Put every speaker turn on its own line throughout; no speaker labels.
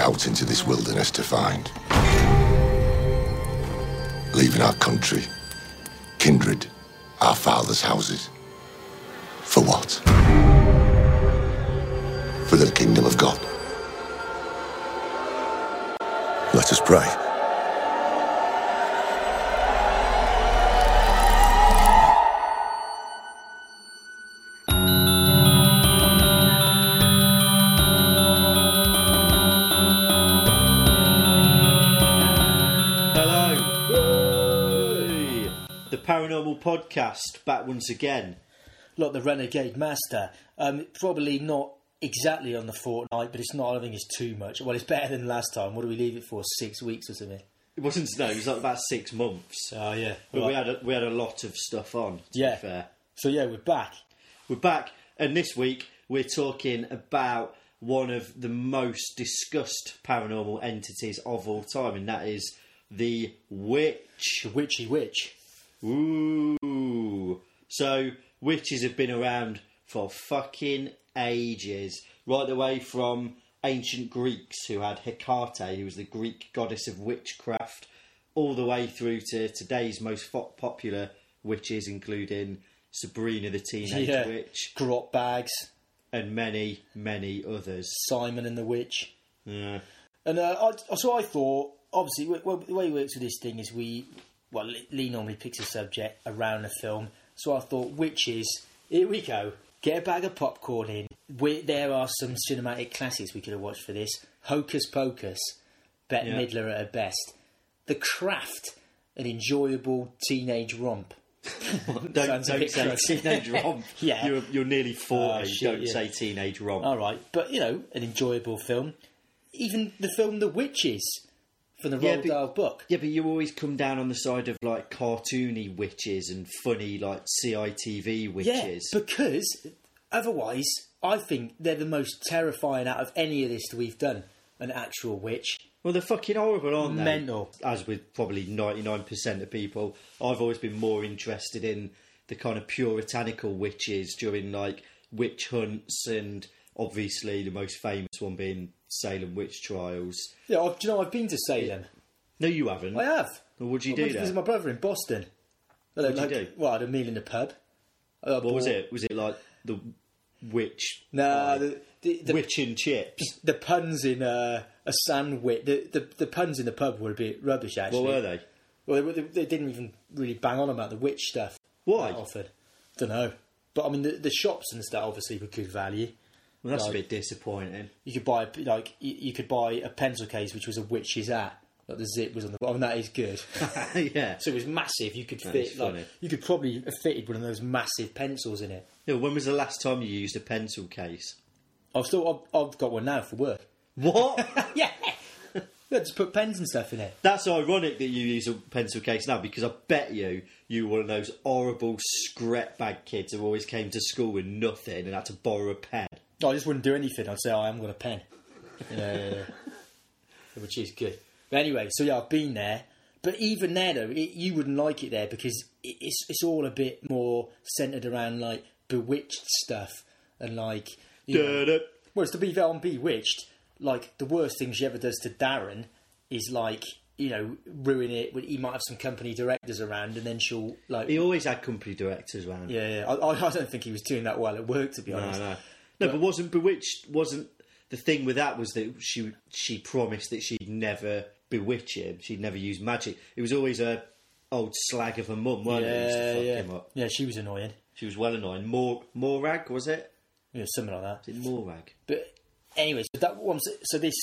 out into this wilderness to find. Leaving our country, kindred, our fathers' houses. For what? For the kingdom of God. Let us pray.
Hello. The Paranormal Podcast back once again.
like the Renegade Master. Um, probably not exactly on the fortnight, but it's not. I don't think it's too much. Well, it's better than last time. What do we leave it for? Six weeks or something?
It wasn't no, it was like about six months.
Oh yeah.
But we
Right.
had a, we had a lot of stuff on. To
Yeah.
Be fair.
So yeah, we're back.
We're back, and this week we're talking about one of the most discussed paranormal entities of all time, and that is the witch.
The witchy witch.
Ooh. So witches have been around for fucking ages, right away from ancient Greeks who had Hecate, who was the Greek goddess of witchcraft, all the way through to today's most fo- popular witches, including Sabrina the Teenage
yeah.
Witch
Grot bags.
and many, many others.
Simon and the witch.
Yeah.
And uh, I, so I thought, obviously, w- well, the way it works with this thing is we, well, Lee- Lee normally picks a subject around a film. So I thought, witches, here we go. Get a bag of popcorn in. We, there are some cinematic classics we could have watched for this. Hocus Pocus, Bette
Yeah.
Midler at her best. The Craft, an enjoyable teenage romp.
Don't,
Sounds
don't say
ridiculous.
teenage romp.
Yeah.
you're, you're nearly 40.
Oh, shit,
don't
yeah.
say teenage romp.
All right, but you know, an enjoyable film. Even the film The Witches from the
Yeah,
Roald
but-
Dahl book.
Yeah, but you always come down on the side of like cartoony witches and funny like CITV witches.
Yeah, because otherwise, I think they're the most terrifying out of any of this that we've done. An actual witch.
well, they're fucking horrible, aren't they?
Mental.
As with probably ninety nine percent of people, I've always been more interested in the kind of puritanical witches during like witch hunts and obviously the most famous one being Salem witch trials.
Yeah, I've, do you know I've been to Salem?
No, you haven't.
I have.
Well, what'd you
I
do
went to
there?
visit my brother in Boston. What
What'd you do?
Well, I had a meal in the pub. What
What was it? Was it like the witch?
No, the, the, the,
witch and chips.
the puns in uh, a sandwich. The, the the puns in the pub were a bit rubbish. Actually,
What were they?
Well, they, they didn't even really bang on about the witch stuff.
Why?
Offered. Don't know. But I mean, the, the shops and stuff obviously were good value.
Well, that's
Like-
a bit disappointing.
you could buy like you, you could buy a pencil case which was a witch's hat. Like the zip was on the bottom. That is good.
yeah.
so it was massive. You could
is
fit like
funny.
you could probably have fitted one of those massive pencils in it.
Yeah, when was the last time you used a pencil case?
I've still I've, I've got one now for work.
What?
Yeah, yeah, just put pens and stuff in it.
That's ironic that you use a pencil case now because I bet you you were one of those horrible scrap bag kids who always came to school with nothing and had to borrow a pen.
I just wouldn't do anything. I'd say "Oh, I haven't got a pen. Yeah, yeah, yeah. which is good. But anyway, so yeah, I've been there. But even there, though, it, you wouldn't like it there because it, it's it's all a bit more centered around like bewitched stuff and like. You know,
Da-da.
whereas to be fair on Bewitched, like the worst thing she ever does to Darren is like you know ruin it. He might have some company directors around, and then she'll like.
He always had company directors around.
yeah, yeah. I, I I don't think he was doing that well at work, to be
No,
honest.
no. No, but, wasn't Bewitched, wasn't the thing with that was that she she promised that she'd never bewitch him, she'd never use magic. It was always a old slag of a mum, weren't it? who used to
Yeah,
fuck
yeah.
him up.
yeah, she was annoying.
She was well annoying. Mor- Morag, was it?
Yeah, something like that.
Did Morag?
But anyways, that one. So this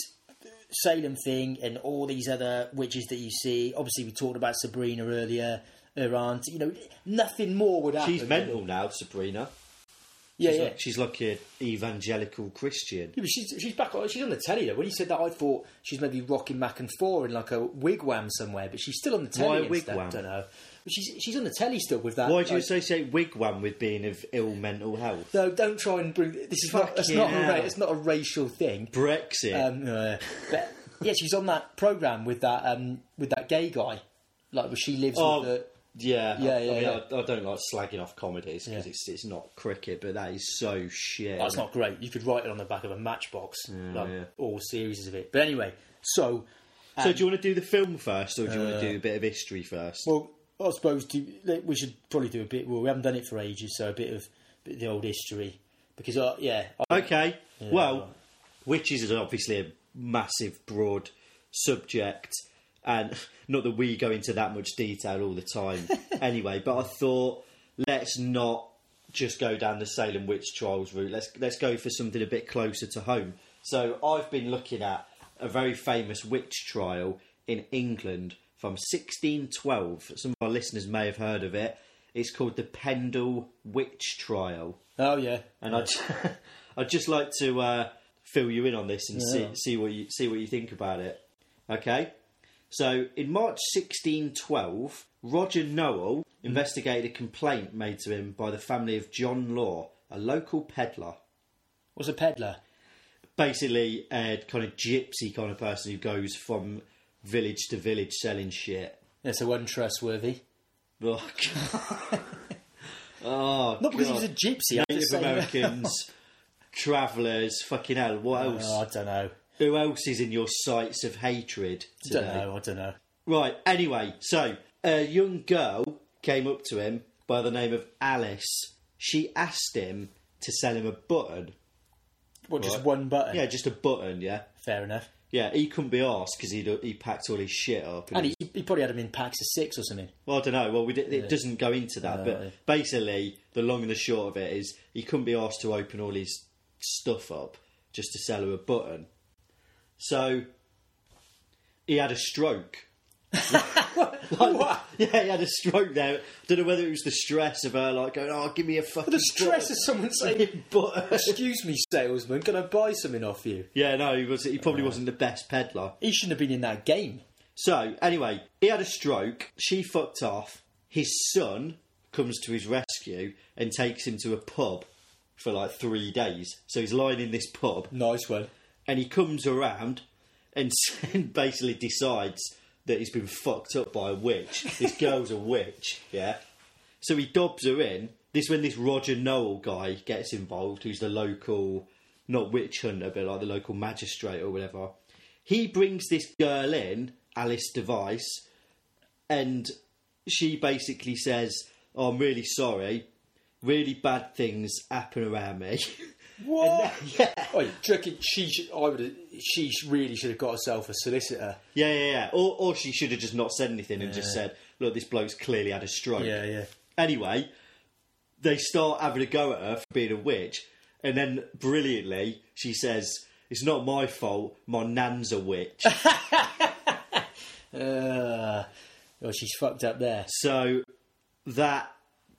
Salem thing and all these other witches that you see. Obviously, we talked about Sabrina earlier. Her aunt. You know, nothing more would happen.
She's mental now, Sabrina.
Yeah,
She's
yeah.
like, she's like an evangelical Christian.
Yeah, but she's she's back on. She's on the telly though. When you said that, I thought she's maybe rocking back and forth in like a wigwam somewhere. But she's still on the telly.
Why a
and stuff.
wigwam?
I don't know. But she's she's on the telly still with that.
Why do you
like-
associate wigwam with being of ill mental health?
No, don't try and bring. This is not. It's not. A,
Fucking
ra-
hell.
it's not a racial thing.
Brexit.
Um, uh, but yeah, she's on that program with that um, with that gay guy. Like, where she lives
Oh,
with the
Yeah,
Yeah,
I, I
yeah,
mean,
yeah.
I, I don't like slagging off comedies because
Yeah.
it's it's not cricket, but that is so shit.
That's oh, not great. You could write it on the back of a matchbox, like,
yeah.
all series of it. But anyway, so
So
Um,
do you want to do the film first, or do you want
uh,
to do a bit of history first?
well, I suppose do, like, we should probably do a bit. Well, we haven't done it for ages, so a bit of, bit of the old history because I, yeah, I,
okay. well, witches is obviously a massive, broad subject, and not that we go into that much detail all the time, anyway. But I thought let's not just go down the Salem witch trials route. Let's let's go for something a bit closer to home. So I've been looking at a very famous witch trial in England from 1612. Some of our listeners may have heard of it. It's called the Pendle Witch Trial.
oh yeah,
And I'd, I'd just like to uh, fill you in on this and see,
Yeah.
see what you see what you think about it. Okay. So in March 1612, Roger Noel investigated a complaint made to him by the family of John Law, a local peddler.
was a peddler.
Basically, a kind of gypsy kind of person who goes from village to village selling shit.
Yeah, so untrustworthy.
Oh, God.
Not because he was a gypsy. I'm just
Native
saying-
Americans, travellers, fucking hell, what else?
Oh, I don't know.
Who else is in your sights of hatred
I don't
today?
know. I don't know.
Right, anyway, so a young girl came up to him by the name of Alice. She asked him to sell him a button.
What, just
Right.
one button?
Yeah, just a button, yeah.
Fair enough.
Yeah, he couldn't be arsed because he'd, he packed all his shit up.
And he, he probably had them in packs of six or something.
Well, I don't know. Well, we did, it doesn't go into that,
No.
but basically, the long and the short of it is he couldn't be asked to open all his stuff up just to sell her a button. So he had a stroke. Like- Yeah, he had a stroke there. don't know whether it was the stress of her, like going, "Oh, give me a fucking
The stress
button."
of someone saying,
button."
"Excuse me, salesman, can I buy something off you?"
Yeah, no, he was. He probably wasn't the best peddler.
He shouldn't have been in that game.
So, anyway, he had a stroke, she fucked off, his son comes to his rescue and takes him to a pub for like three days. So he's lying in this pub
Nice one.
and he comes around and, and basically decides that he's been fucked up by a witch. This girl's a witch, yeah. So he dobs her in. This is when this Roger Noel guy gets involved, who's the local, not witch hunter, but like the local magistrate or whatever. He brings this girl in, Alice Device, and she basically says, oh, "I'm really sorry. Really bad things happen around me."
What? yeah. Oh, do you reckon she? Should, I would. She sh- really should have got herself a solicitor.
Yeah, yeah, yeah. Or, or she should have just not said anything and just said, look, this bloke's clearly had a stroke.
yeah.
Anyway, they start having a go at her for being a witch. And then, brilliantly, she says, it's not my fault, my nan's a witch.
Uh, oh, she's fucked up there.
so that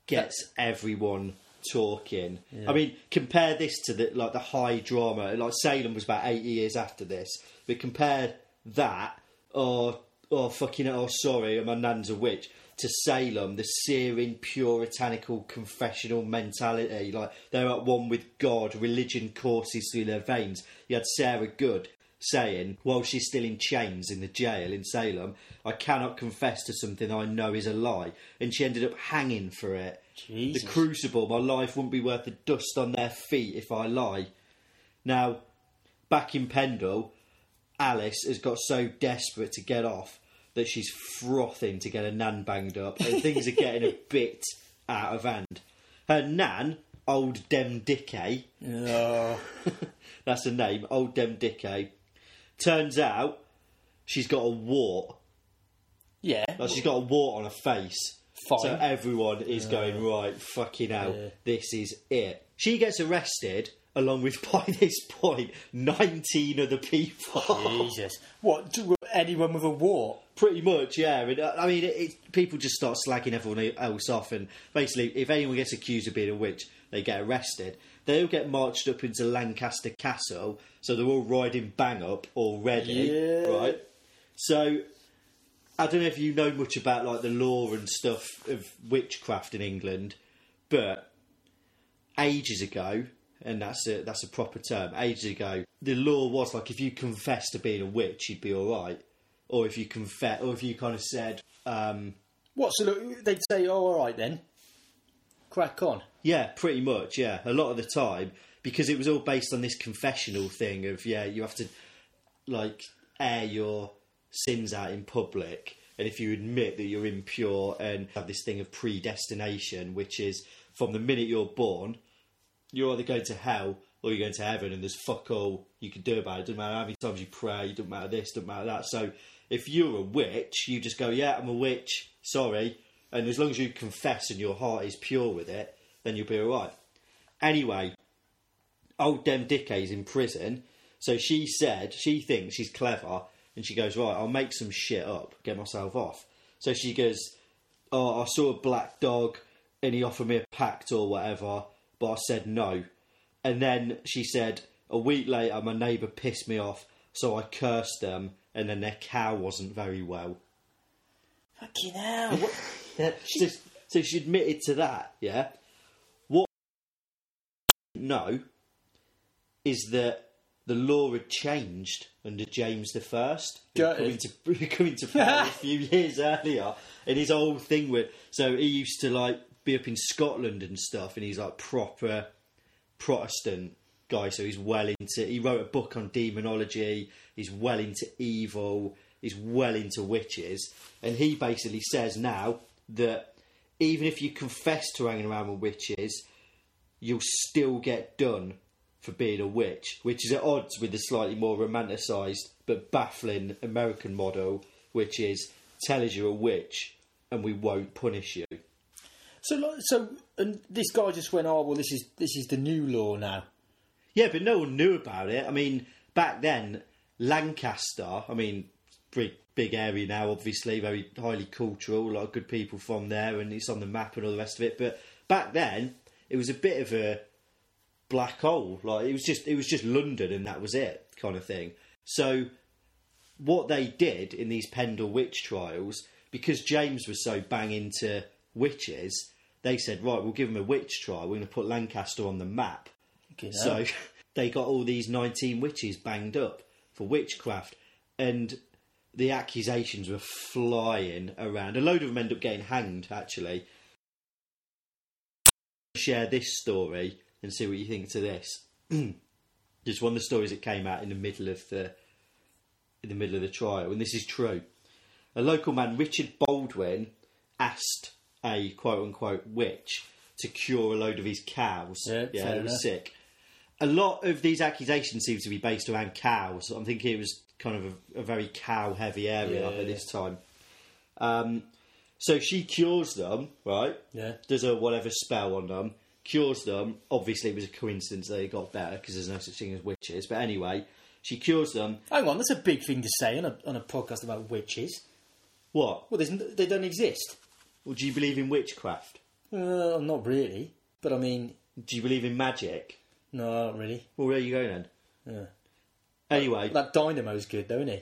gets everyone talking. I mean, compare this to the like the high drama. Like Salem was about eighty years after this, but compare that or or fucking oh sorry, my nan's a witch. To Salem, the searing puritanical confessional mentality, like they're at one with God, religion courses through their veins. You had Sarah Good saying, while she's still in chains in the jail in Salem, I cannot confess to something I know is a lie. And she ended up hanging for it.
Jesus.
The crucible, my life wouldn't be worth the dust on their feet if I lie. Now, back in Pendle, Alice has got so desperate to get off that she's frothing to get her nan banged up, and things are getting a bit out of hand. Her nan, old Dem Dickey,
Oh,
that's her name, old Dem Dickey, turns out she's got a wart.
yeah.
Like she's got a wart on her face.
Fine.
So everyone is going, right, fucking hell,
Yeah.
this is it. She gets arrested, along with, by this point, 19 other people.
Jesus. What? do- Anyone with a wart?
Pretty much, yeah. And, uh, I mean, it, it, people just start slagging everyone e, else off, and basically, if anyone gets accused of being a witch, they get arrested. They all get marched up into Lancaster Castle, so they're all riding bang up already,
Yeah.
right? So, I don't know if you know much about like the law and stuff of witchcraft in England, but ages ago, and that's a that's a proper term. Ages ago, the law was like if you confessed to being a witch, you'd be all right, or if you confess, or if you kind of said, um,
What's the look? They'd say, "Oh, all right then, crack on."
Yeah, pretty much. Yeah, a lot of the time because it was all based on this confessional thing of yeah, you have to like air your sins out in public, and if you admit that you're impure and have this thing of predestination, which is from the minute you're born, you're either going to hell or you're going to heaven, and there's fuck all you can do about it. Doesn't matter how many times you pray, doesn't matter this, doesn't matter that. So if you're a witch, you just go, yeah, I'm a witch, sorry, and as long as you confess and your heart is pure with it, then you'll be alright. Anyway, old Dem Dicke's in prison, so she said she thinks she's clever, and she goes right. I'll make some shit up, get myself off. So she goes, oh, I saw a black dog, and he offered me a pact or whatever, but I said no. And then she said a week later, my neighbour pissed me off, so I cursed them, and then their cow wasn't very well.
Fucking hell! What?
Yeah, so, so she admitted to that. Yeah, what no is that the law had changed under James the First, coming
Gutted.
to coming to power a few years earlier, and his whole thing with so he used to like be up in Scotland and stuff, and he's like proper Protestant guy, so he's well into. He wrote a book on demonology. He's well into evil. He's well into witches, and he basically says now that even if you confess to hanging around with witches, you'll still get done for being a witch, which is at odds with the slightly more romanticised but baffling American model, which is tell us you're a witch and we won't punish you.
So, like, so, and this guy just went, "Oh, well, this is this is the new law now."
Yeah, but no one knew about it. I mean, back then, Lancaster, I mean, big, big area now, obviously, very highly cultural, a lot of good people from there, and it's on the map and all the rest of it. But back then, it was a bit of a black hole. Like it was just, it was just London, and that was it, kind of thing. So, what they did in these Pendle witch trials, because James was so bang into witches, they said, right, we'll give him a witch trial. We're going to put Lancaster on the map.
Fucking hell.
So they got all these 19 witches banged up for witchcraft, and the accusations were flying around. A load of them end up getting hanged, actually. Share this story and see what you think to this. Just one of the stories that came out in the middle of the in the middle of the trial, and this is true. A local man, Richard Baldwin, asked a quote unquote witch to cure a load of his cows.
Yeah, fair
they were
enough.
sick. A lot of these accusations seem to be based around cows. I'm thinking it was kind of a, a very cow heavy area
Yeah,
at
yeah.
this time. Um, so she cures them, right?
Yeah.
Does a whatever spell on them, cures them. Obviously, it was a coincidence they got better because there's no such thing as witches. But anyway, she cures them.
Hang on, that's a big thing to say on a on a podcast about witches.
What?
Well, there's, n- they don't exist.
Well, do you believe in witchcraft?
Uh, not really, but I mean,
Do you believe in magic?
no, not really.
Well, where are you going then?
Yeah.
Anyway,
That dynamo's good, don't he?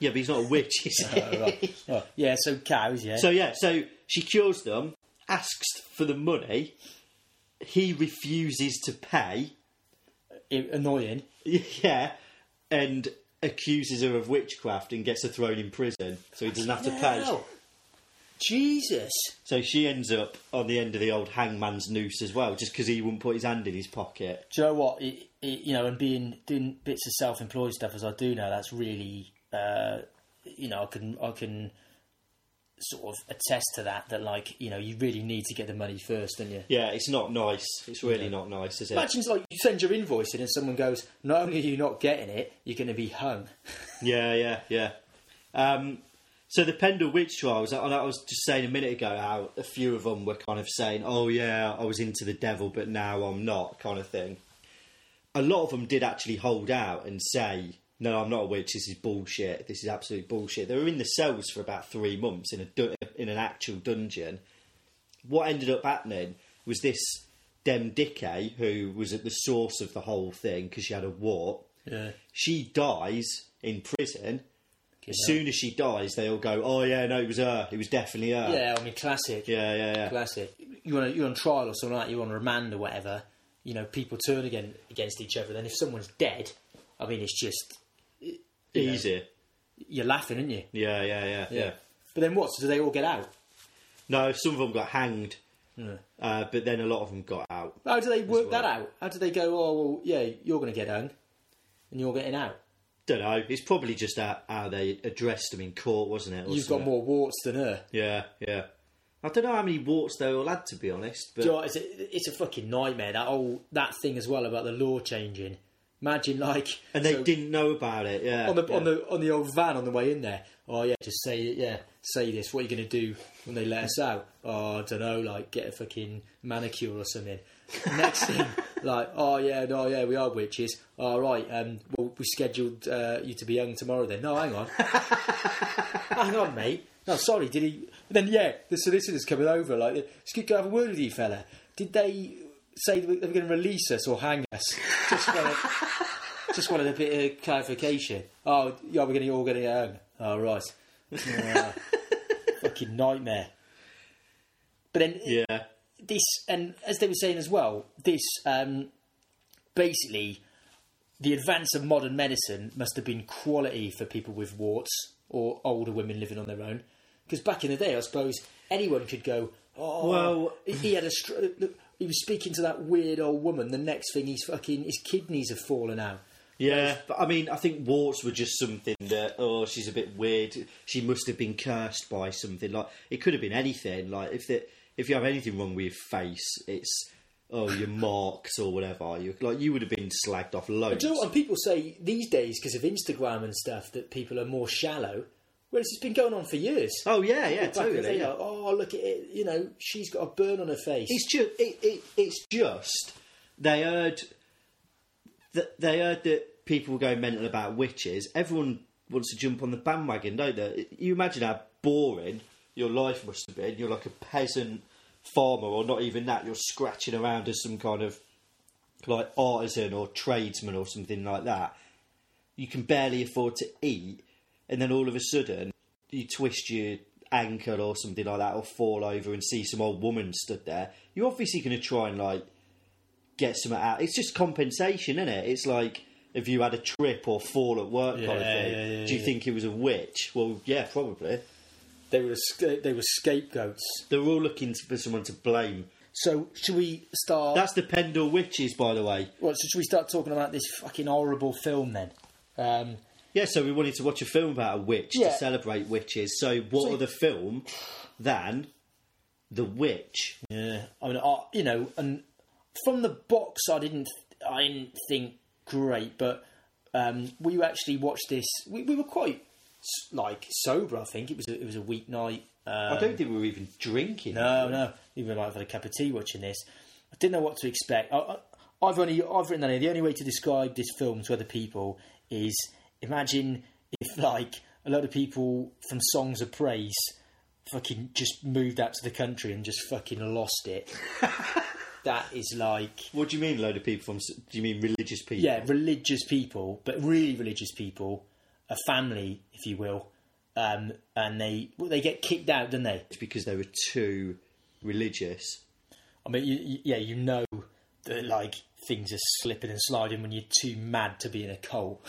yeah, but he's not a witch, is he?
Oh, right. Oh, yeah, so cows, yeah.
So yeah, so she cures them, asks for the money. He refuses to pay.
I- annoying.
Yeah, and accuses her of witchcraft and gets her thrown in prison, so he doesn't have to pay.
Hell. Jesus.
So she ends up on the end of the old hangman's noose as well, just because he wouldn't put his hand in his pocket.
Do you know what? It, it, you know, and being doing bits of self-employed stuff as I do now, that's really, uh, you know, I can I can sort of attest to that. That like, you know, you really need to get the money first, don't you?
Yeah, it's not nice. It's really not nice, is it?
Imagine it's like you send your invoice in and someone goes, "Not only are you not getting it, you're going to be hung."
Yeah, yeah, yeah. Um, so the Pendle witch trials, and I was just saying a minute ago how a few of them were kind of saying, "Oh yeah, I was into the devil, but now I'm not," kind of thing. A lot of them did actually hold out and say, "No, I'm not a witch. This is bullshit. This is absolute bullshit." They were in the cells for about three months in a dun- in an actual dungeon. What ended up happening was this Dem Dicke, who was at the source of the whole thing because she had a wart
Yeah.
she dies in prison. As
hell.
soon as she dies, they all go, "Oh yeah, no, it was her. It was definitely her."
Yeah, I mean, classic.
yeah, yeah. yeah.
Classic. You want you're on trial or something like that, you're on remand or whatever. You know, people turn again against each other. Then if someone's dead, I mean, it's just
Easy.
you're laughing, aren't you?
Yeah, yeah, yeah, yeah.
But then what? So do they all get out?
No, some of them got hanged, uh, but then a lot of them got out.
How do they work that
well.
out? How do they go? Oh well, yeah, you're going to get hung, and you're getting out.
Don't know. It's probably just how, how they addressed them in court, wasn't it? or
You've got
something?
more warts than her.
Yeah, yeah. I don't know how many warts they all had, to be honest. But
Do you know what, it's, a, it's a fucking nightmare that whole that thing as well about the law changing. Imagine like
and they
so
didn't know about it. Yeah.
on the
yeah.
on the on the old van on the way in there. Oh yeah, just say it. Yeah, say this. What are you going to do when they let us out? Oh, I don't know. Like get a fucking manicure or something. Next thing, like oh yeah, no yeah, we are witches. All right, um, well we scheduled uh, you to be young tomorrow. Then no, hang on, hang on, mate. No, sorry. Did he? Then yeah, the solicitors coming over. Like, it's good to have a word with you, fella. Did they say they were going to release us or hang us? Just wanted, just wanted a bit of clarification. Oh, yeah, we're going to all going to get hung. All right. Yeah. Fucking nightmare. But then
yeah.
this, and as they were saying as well, this um, basically the advance of modern medicine must have been quality for people with warts or older women living on their own. Because back in the day, I suppose anyone could go, "Oh,
Well-
he- he had a str- look, he was speaking to that weird old woman." The next thing, he's fucking his kidneys have fallen out.
Yeah, but I mean, I think warts were just something that oh, she's a bit weird. She must have been cursed by something. Like it could have been anything. Like if the, if you have anything wrong with your face, it's oh you're marked or whatever. You like you would have been slagged off loads.
Do you know what? And people say these days, because of Instagram and stuff, that people are more shallow. Whereas it's been going on for years.
Oh yeah, yeah,
Back in the day,
totally. yeah.
like, oh, look at it. You know, she's got a burn on her face.
It's just it, it, it's just they heard that they heard that people were going mental about witches. Everyone wants to jump on the bandwagon, don't they? You imagine how boring your life must have been. You're like a peasant farmer, or not even that. You're scratching around as some kind of like artisan or tradesman or something like that. You can barely afford to eat, and then all of a sudden you twist your ankle or something like that, or fall over and see some old woman stood there. You're obviously going to try and like get some out. It's just compensation, isn't it? It's like if you had a trip or fall at work kind of
Yeah,
thing.
yeah, yeah,
Do you
yeah.
think it was a witch? Well, yeah, probably.
They were sca- they were scapegoats.
They're all looking for someone to blame.
So should we start?
That's the Pendle witches, by the way.
well, so should we start talking about this fucking horrible film then? Um,
Yeah, so we wanted to watch a film about a witch
Yeah.
to celebrate witches. So, what
So-
other film than The Witch?
yeah, I mean, I, you know, and from the box, I didn't I didn't think great, but um, we actually watched this. We, we were quite s- like sober. I think it was a, it was a weeknight. Uh,
I don't think we were even drinking.
no, no, we might have had a cup of tea watching this. I didn't know what to expect. I, I, I've only I've written down here, the only way to describe this film to other people is imagine if like a lot of people from Songs of Praise fucking just moved out to the country and just fucking lost it. that is like
What do you mean, load of people from? s- Do you mean religious people?
yeah, religious people, but really religious people, a family, if you will, um, and they well, they get kicked out, don't they?
It's because they were too religious.
I mean, you, you, yeah, you know that like things are slipping and sliding when you're too mad to be in a cult.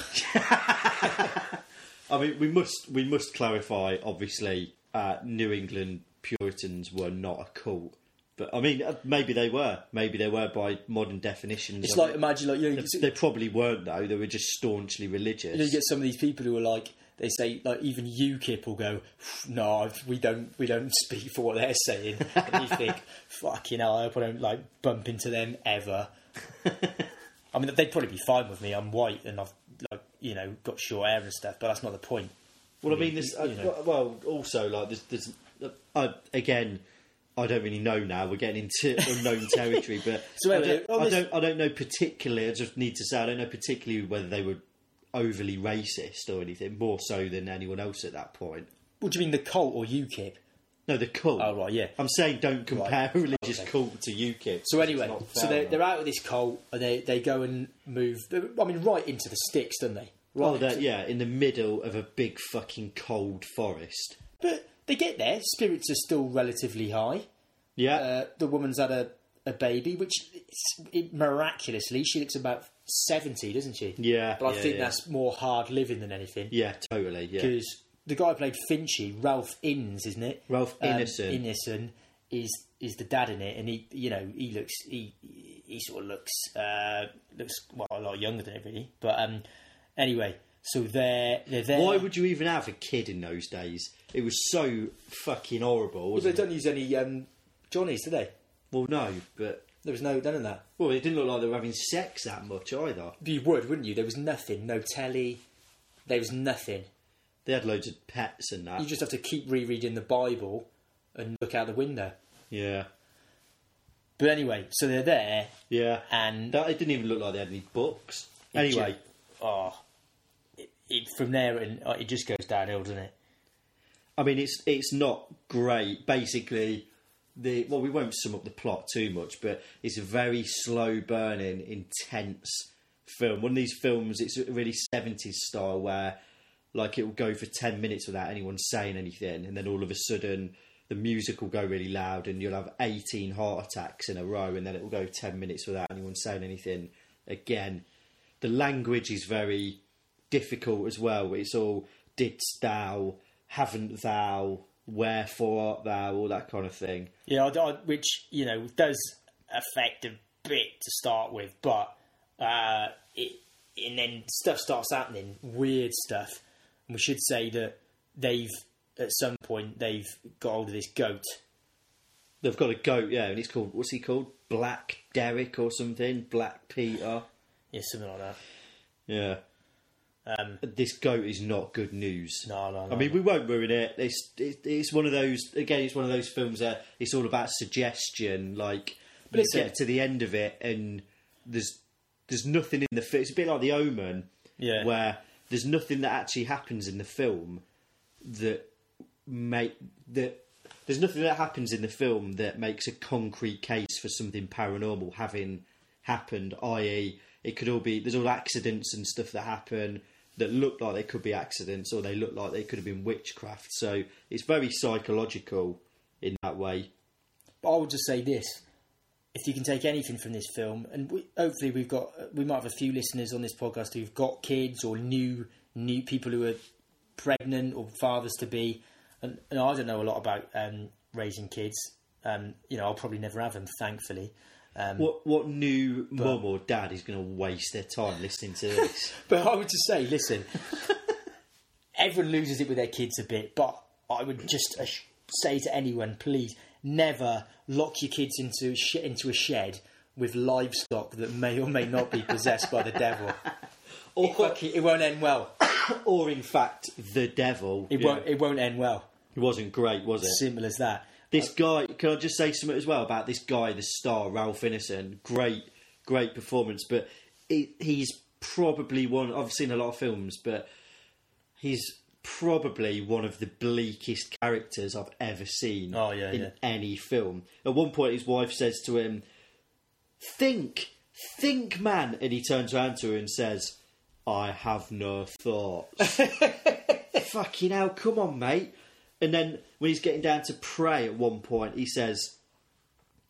I mean, we must we must clarify. Obviously, uh, New England Puritans were not a cult, but I mean, uh, maybe they were. Maybe they were by modern definitions.
It's
of
like
it.
imagine like you, know, you
they probably weren't though. They were just staunchly religious.
you get some of these people who are like they say like even UKIP will go no we don't we don't speak for what they're saying and you think fucking hell I hope I don't like bump into them ever I mean they'd probably be fine with me I'm white and I've like you know got short hair and stuff but that's not the point
Well, I mean, this. Uh,
you know.
Well, also, like, there's. there's uh, I, again, I don't really know now. We're getting into unknown territory, but
So,
I,
anyway,
don't,
on
I
this-
don't. I don't know particularly. I just need to say I don't know particularly whether they were overly racist or anything, more so than anyone else at that point.
what do you mean the cult or UKIP
No, the cult.
oh right yeah
I'm saying don't compare a religious
Okay.
cult to UKIP.
So anyway,
It's not
so they're,
fair.
they're out of this cult and they, they go and move. I mean, right into the sticks, don't they? Right.
Oh, they're- yeah, in the middle of a big fucking cold forest.
But they get there. Spirits are still relatively high.
Yeah.
Uh, the woman's had a, a baby, which it's, it, miraculously she looks about seventy, doesn't she?
Yeah,
But I
yeah,
think
yeah.
that's more hard living than anything
yeah, totally. Yeah.
because the guy who played Finchy, Ralph Innes, isn't it?
Ralph
Um,
Ineson.
Ineson is is the dad in it, and he you know he looks he he sort of looks uh, looks well a lot younger than it really. But um, anyway, so they're they're there.
Why would you even have a kid in those days? It was so fucking horrible,
they
wasn't it?
don't use any um, Johnnies, do they?
Well, no, but
There was no none of that.
well, it didn't look like they were having sex that much either.
You would, wouldn't you? There was nothing, no telly. There was nothing.
They had loads of pets and that.
You just have to keep rereading the Bible and look out the window.
Yeah,
But anyway, so they're there,
yeah.
and
That, it didn't even look like they had any books. Anyway,
oh, it, it, from there and uh, it just goes downhill, doesn't it?
I mean, it's it's not great. Basically, the well, we won't sum up the plot too much, but it's a very slow burning, intense film. One of these films, it's really seventies style, where like it will go for ten minutes without anyone saying anything, and then all of a sudden the music will go really loud, and you'll have eighteen heart attacks in a row, and then it will go ten minutes without anyone saying anything again. The language is very difficult as well. It's all didst thou, haven't thou, wherefore art thou, all that kind of thing.
Yeah, I, I- which you know does affect a bit to start with, but uh, it and then stuff starts happening, weird stuff. And we should say that they've at some point they've got hold of this goat.
They've got a goat, yeah, and it's called what's he called? Black Derek or something? Black Peter.
Yeah, something like that.
Yeah.
Um,
This goat is not good news.
No, no, no,
I mean, we won't ruin it. It's it, it's one of those again. It's one of those films that it's all about suggestion. Like you
listen-
get to the end of it, and there's there's nothing in the film. It's a bit like The Omen,
Yeah.
where there's nothing that actually happens in the film that make that. There's nothing that happens in the film that makes a concrete case for something paranormal having happened. I.e., it could all be there's all accidents and stuff that happen that look like they could be accidents or they look like they could have been witchcraft. So it's very psychological in that way.
But I would just say this: if you can take anything from this film, and we, hopefully we've got, we might have a few listeners on this podcast who've got kids or new new people who are pregnant or fathers to be, and, and I don't know a lot about um, raising kids. Um, you know, I'll probably never have them, thankfully.
What what new mum or dad is going to waste their time listening to this?
But I would just say, listen, everyone loses it with their kids a bit, but I would just uh, sh- say to anyone, please never lock your kids into sh- into a shed with livestock that may or may not be possessed by the devil. It,
or,
fucking- it won't end well.
or in fact, the devil.
It
Yeah.
won't. It won't end well.
It wasn't great, was it?
Simple as that.
This guy, can I just say something as well about this guy, the star, Ralph Ineson? Great, great performance, but he, he's probably one. I've seen a lot of films, but he's probably one of the bleakest characters I've ever seen
Oh, yeah,
in
yeah.
any film. At one point, his wife says to him, Think, think, man. And he turns around to her and says, I have no thoughts. Fucking hell, come on, mate. And then when he's getting down to pray at one point, he says,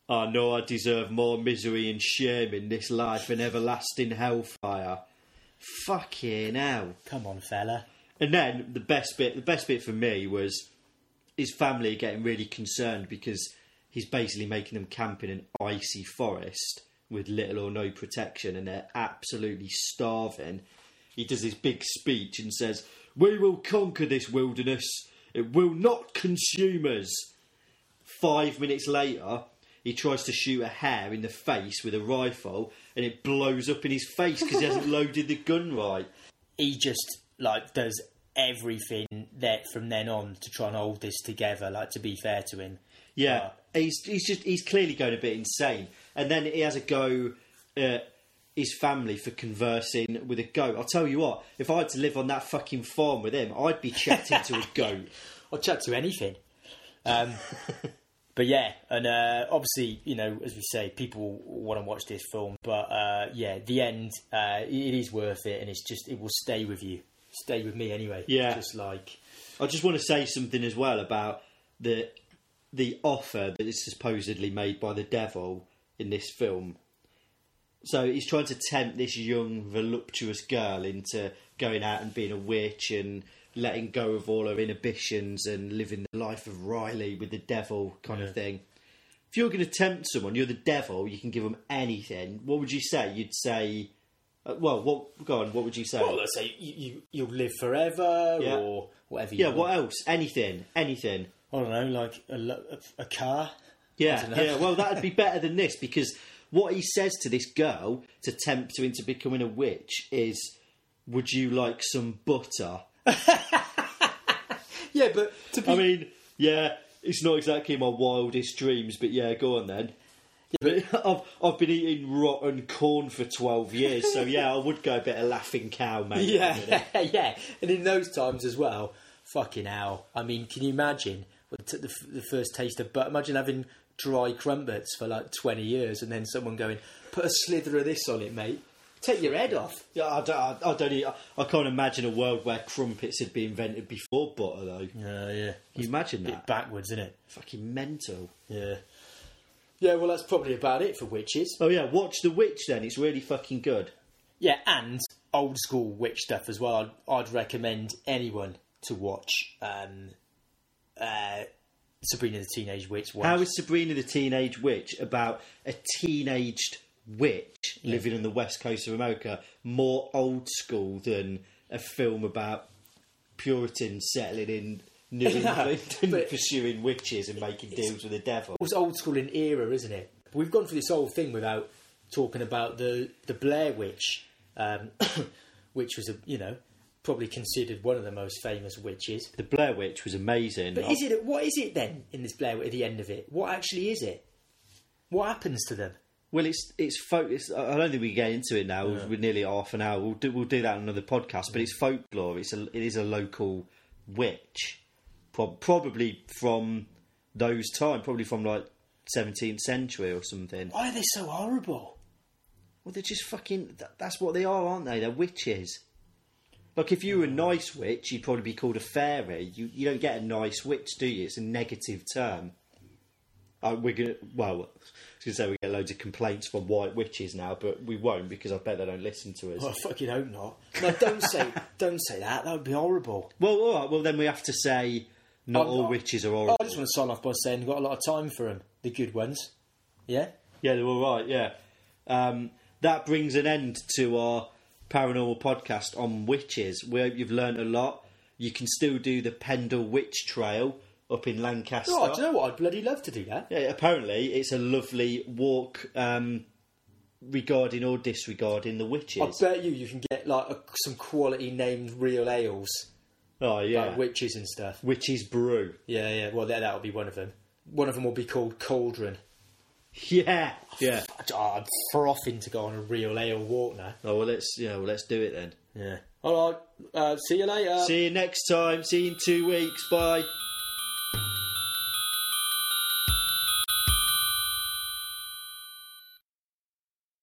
I know I deserve more misery and shame in this life and everlasting hellfire. Fucking hell.
Come on, fella.
And then the best bit, the best bit for me was his family are getting really concerned because he's basically making them camp in an icy forest with little or no protection, and they're absolutely starving. He does this big speech and says, "We will conquer this wilderness. It will not consume us." Five minutes later, he tries to shoot a hare in the face with a rifle, and it blows up in his face because he hasn't loaded the gun right.
he just like does everything that from then on to try and hold this together. Like to be fair to him.
Yeah, he's he's just he's clearly going a bit insane, and then he has a go at his family for conversing with a goat. I'll tell you what, if I had to live on that fucking farm with him, I'd be chatting to a goat.
I'll chat to anything. Um, but yeah, and uh, obviously, you know, as we say, people want to watch this film, but uh, yeah, the end, uh, it is worth it, and it's just it will stay with you, stay with me anyway.
Yeah.
just like
I just want to say something as well about the the offer that is supposedly made by the devil in this film. So he's trying to tempt this young voluptuous girl into going out and being a witch and letting go of all her inhibitions and living the life of Riley with the devil kind of thing. If you're going to tempt someone, you're the devil. You can give them anything. What would you say? You'd say, uh, well, what? Go on. What would you say?
Well, let's say you, you you'll live forever
Yeah.
or whatever. You
yeah.
want.
What else? Anything. Anything.
I don't know, like a, lo- a, a car.
Yeah,
know.
yeah. Well, that'd be better than this because what he says to this girl to tempt her into becoming a witch is, "Would you like some butter?"
Yeah, but to be
I mean, yeah, it's not exactly my wildest dreams, but yeah, go on then. but I've I've been eating rotten corn for twelve years, so yeah, I would go a bit of laughing cow, mate.
yeah, yeah, and in those times as well, fucking hell. I mean, can you imagine with t- the, f- the first taste of butter? Imagine having dry crumpets for like twenty years, and then someone going, "Put a slither of this on it, mate. Take your head off."
Yeah, I don't, I, I don't. e- I, I can't imagine a world where crumpets had been invented before butter, though. Can
Yeah, yeah.
you imagine
Bit
that?
backwards, isn't it?
Fucking mental.
Yeah. Yeah, well, that's probably about it for witches.
Oh yeah, watch The Witch then. It's really fucking good.
Yeah, and old school witch stuff as well. I'd, I'd recommend anyone to watch um, uh, Sabrina the Teenage Witch. Once.
How is Sabrina the Teenage Witch about a teenaged witch living on the west coast of America more old school than a film about Puritans settling in New England and
but-
pursuing witches and making deals with the devil?
It's old school in era, isn't it? We've gone through this whole thing without talking about the the Blair Witch, um, which was a you know probably considered one of the most famous witches.
The Blair Witch was amazing.
But is it what is it then in this Blair Witch at the end of it? What actually is it? What happens to them?
Well, it's it's focus. I I don't think we can get into it now. We're nearly at half an hour. We'll do we'll do that on another podcast. But it's folklore. It's a it is a local witch, Prob- probably from those time, probably from like seventeenth century or something.
Why are they so horrible?
Well, they're just fucking. That, that's what they are, aren't they? They're witches. Like if you were a
Mm.
nice witch, you'd probably be called a fairy. You you don't get a nice witch, do you? It's a negative term. Uh, we're gonna well, I was gonna say we get loads of complaints from white witches now, but we won't because I bet they don't listen to us.
Well, I fucking hope not. No, don't say don't say that. That would be horrible.
Well, all right. Well, then we have to say not
I'm
all
not-
witches are horrible.
I just want to sign off by saying we've got a lot of time for them, the good ones. Yeah.
Yeah, they're all right. Yeah, um, that brings an end to our paranormal podcast on witches. We hope you've learned a lot. You can still do the Pendle Witch Trail up in Lancaster.
Oh, do you know what? I'd bloody love to do that.
Yeah, apparently it's a lovely walk um, regarding or disregarding the
I
witches.
bet you you can get like a, some quality named real ales,
Oh yeah,
like witches and stuff.
witches brew.
Yeah, yeah. Well, that that'll be one of them. One of them will be called Cauldron.
Yeah, yeah.
I'd, oh, I'd frothing to go on a real ale walk now.
Oh well, let's yeah, well let's do it then.
Yeah. All right. Uh, see you later.
See you next time. See you in two weeks. Bye.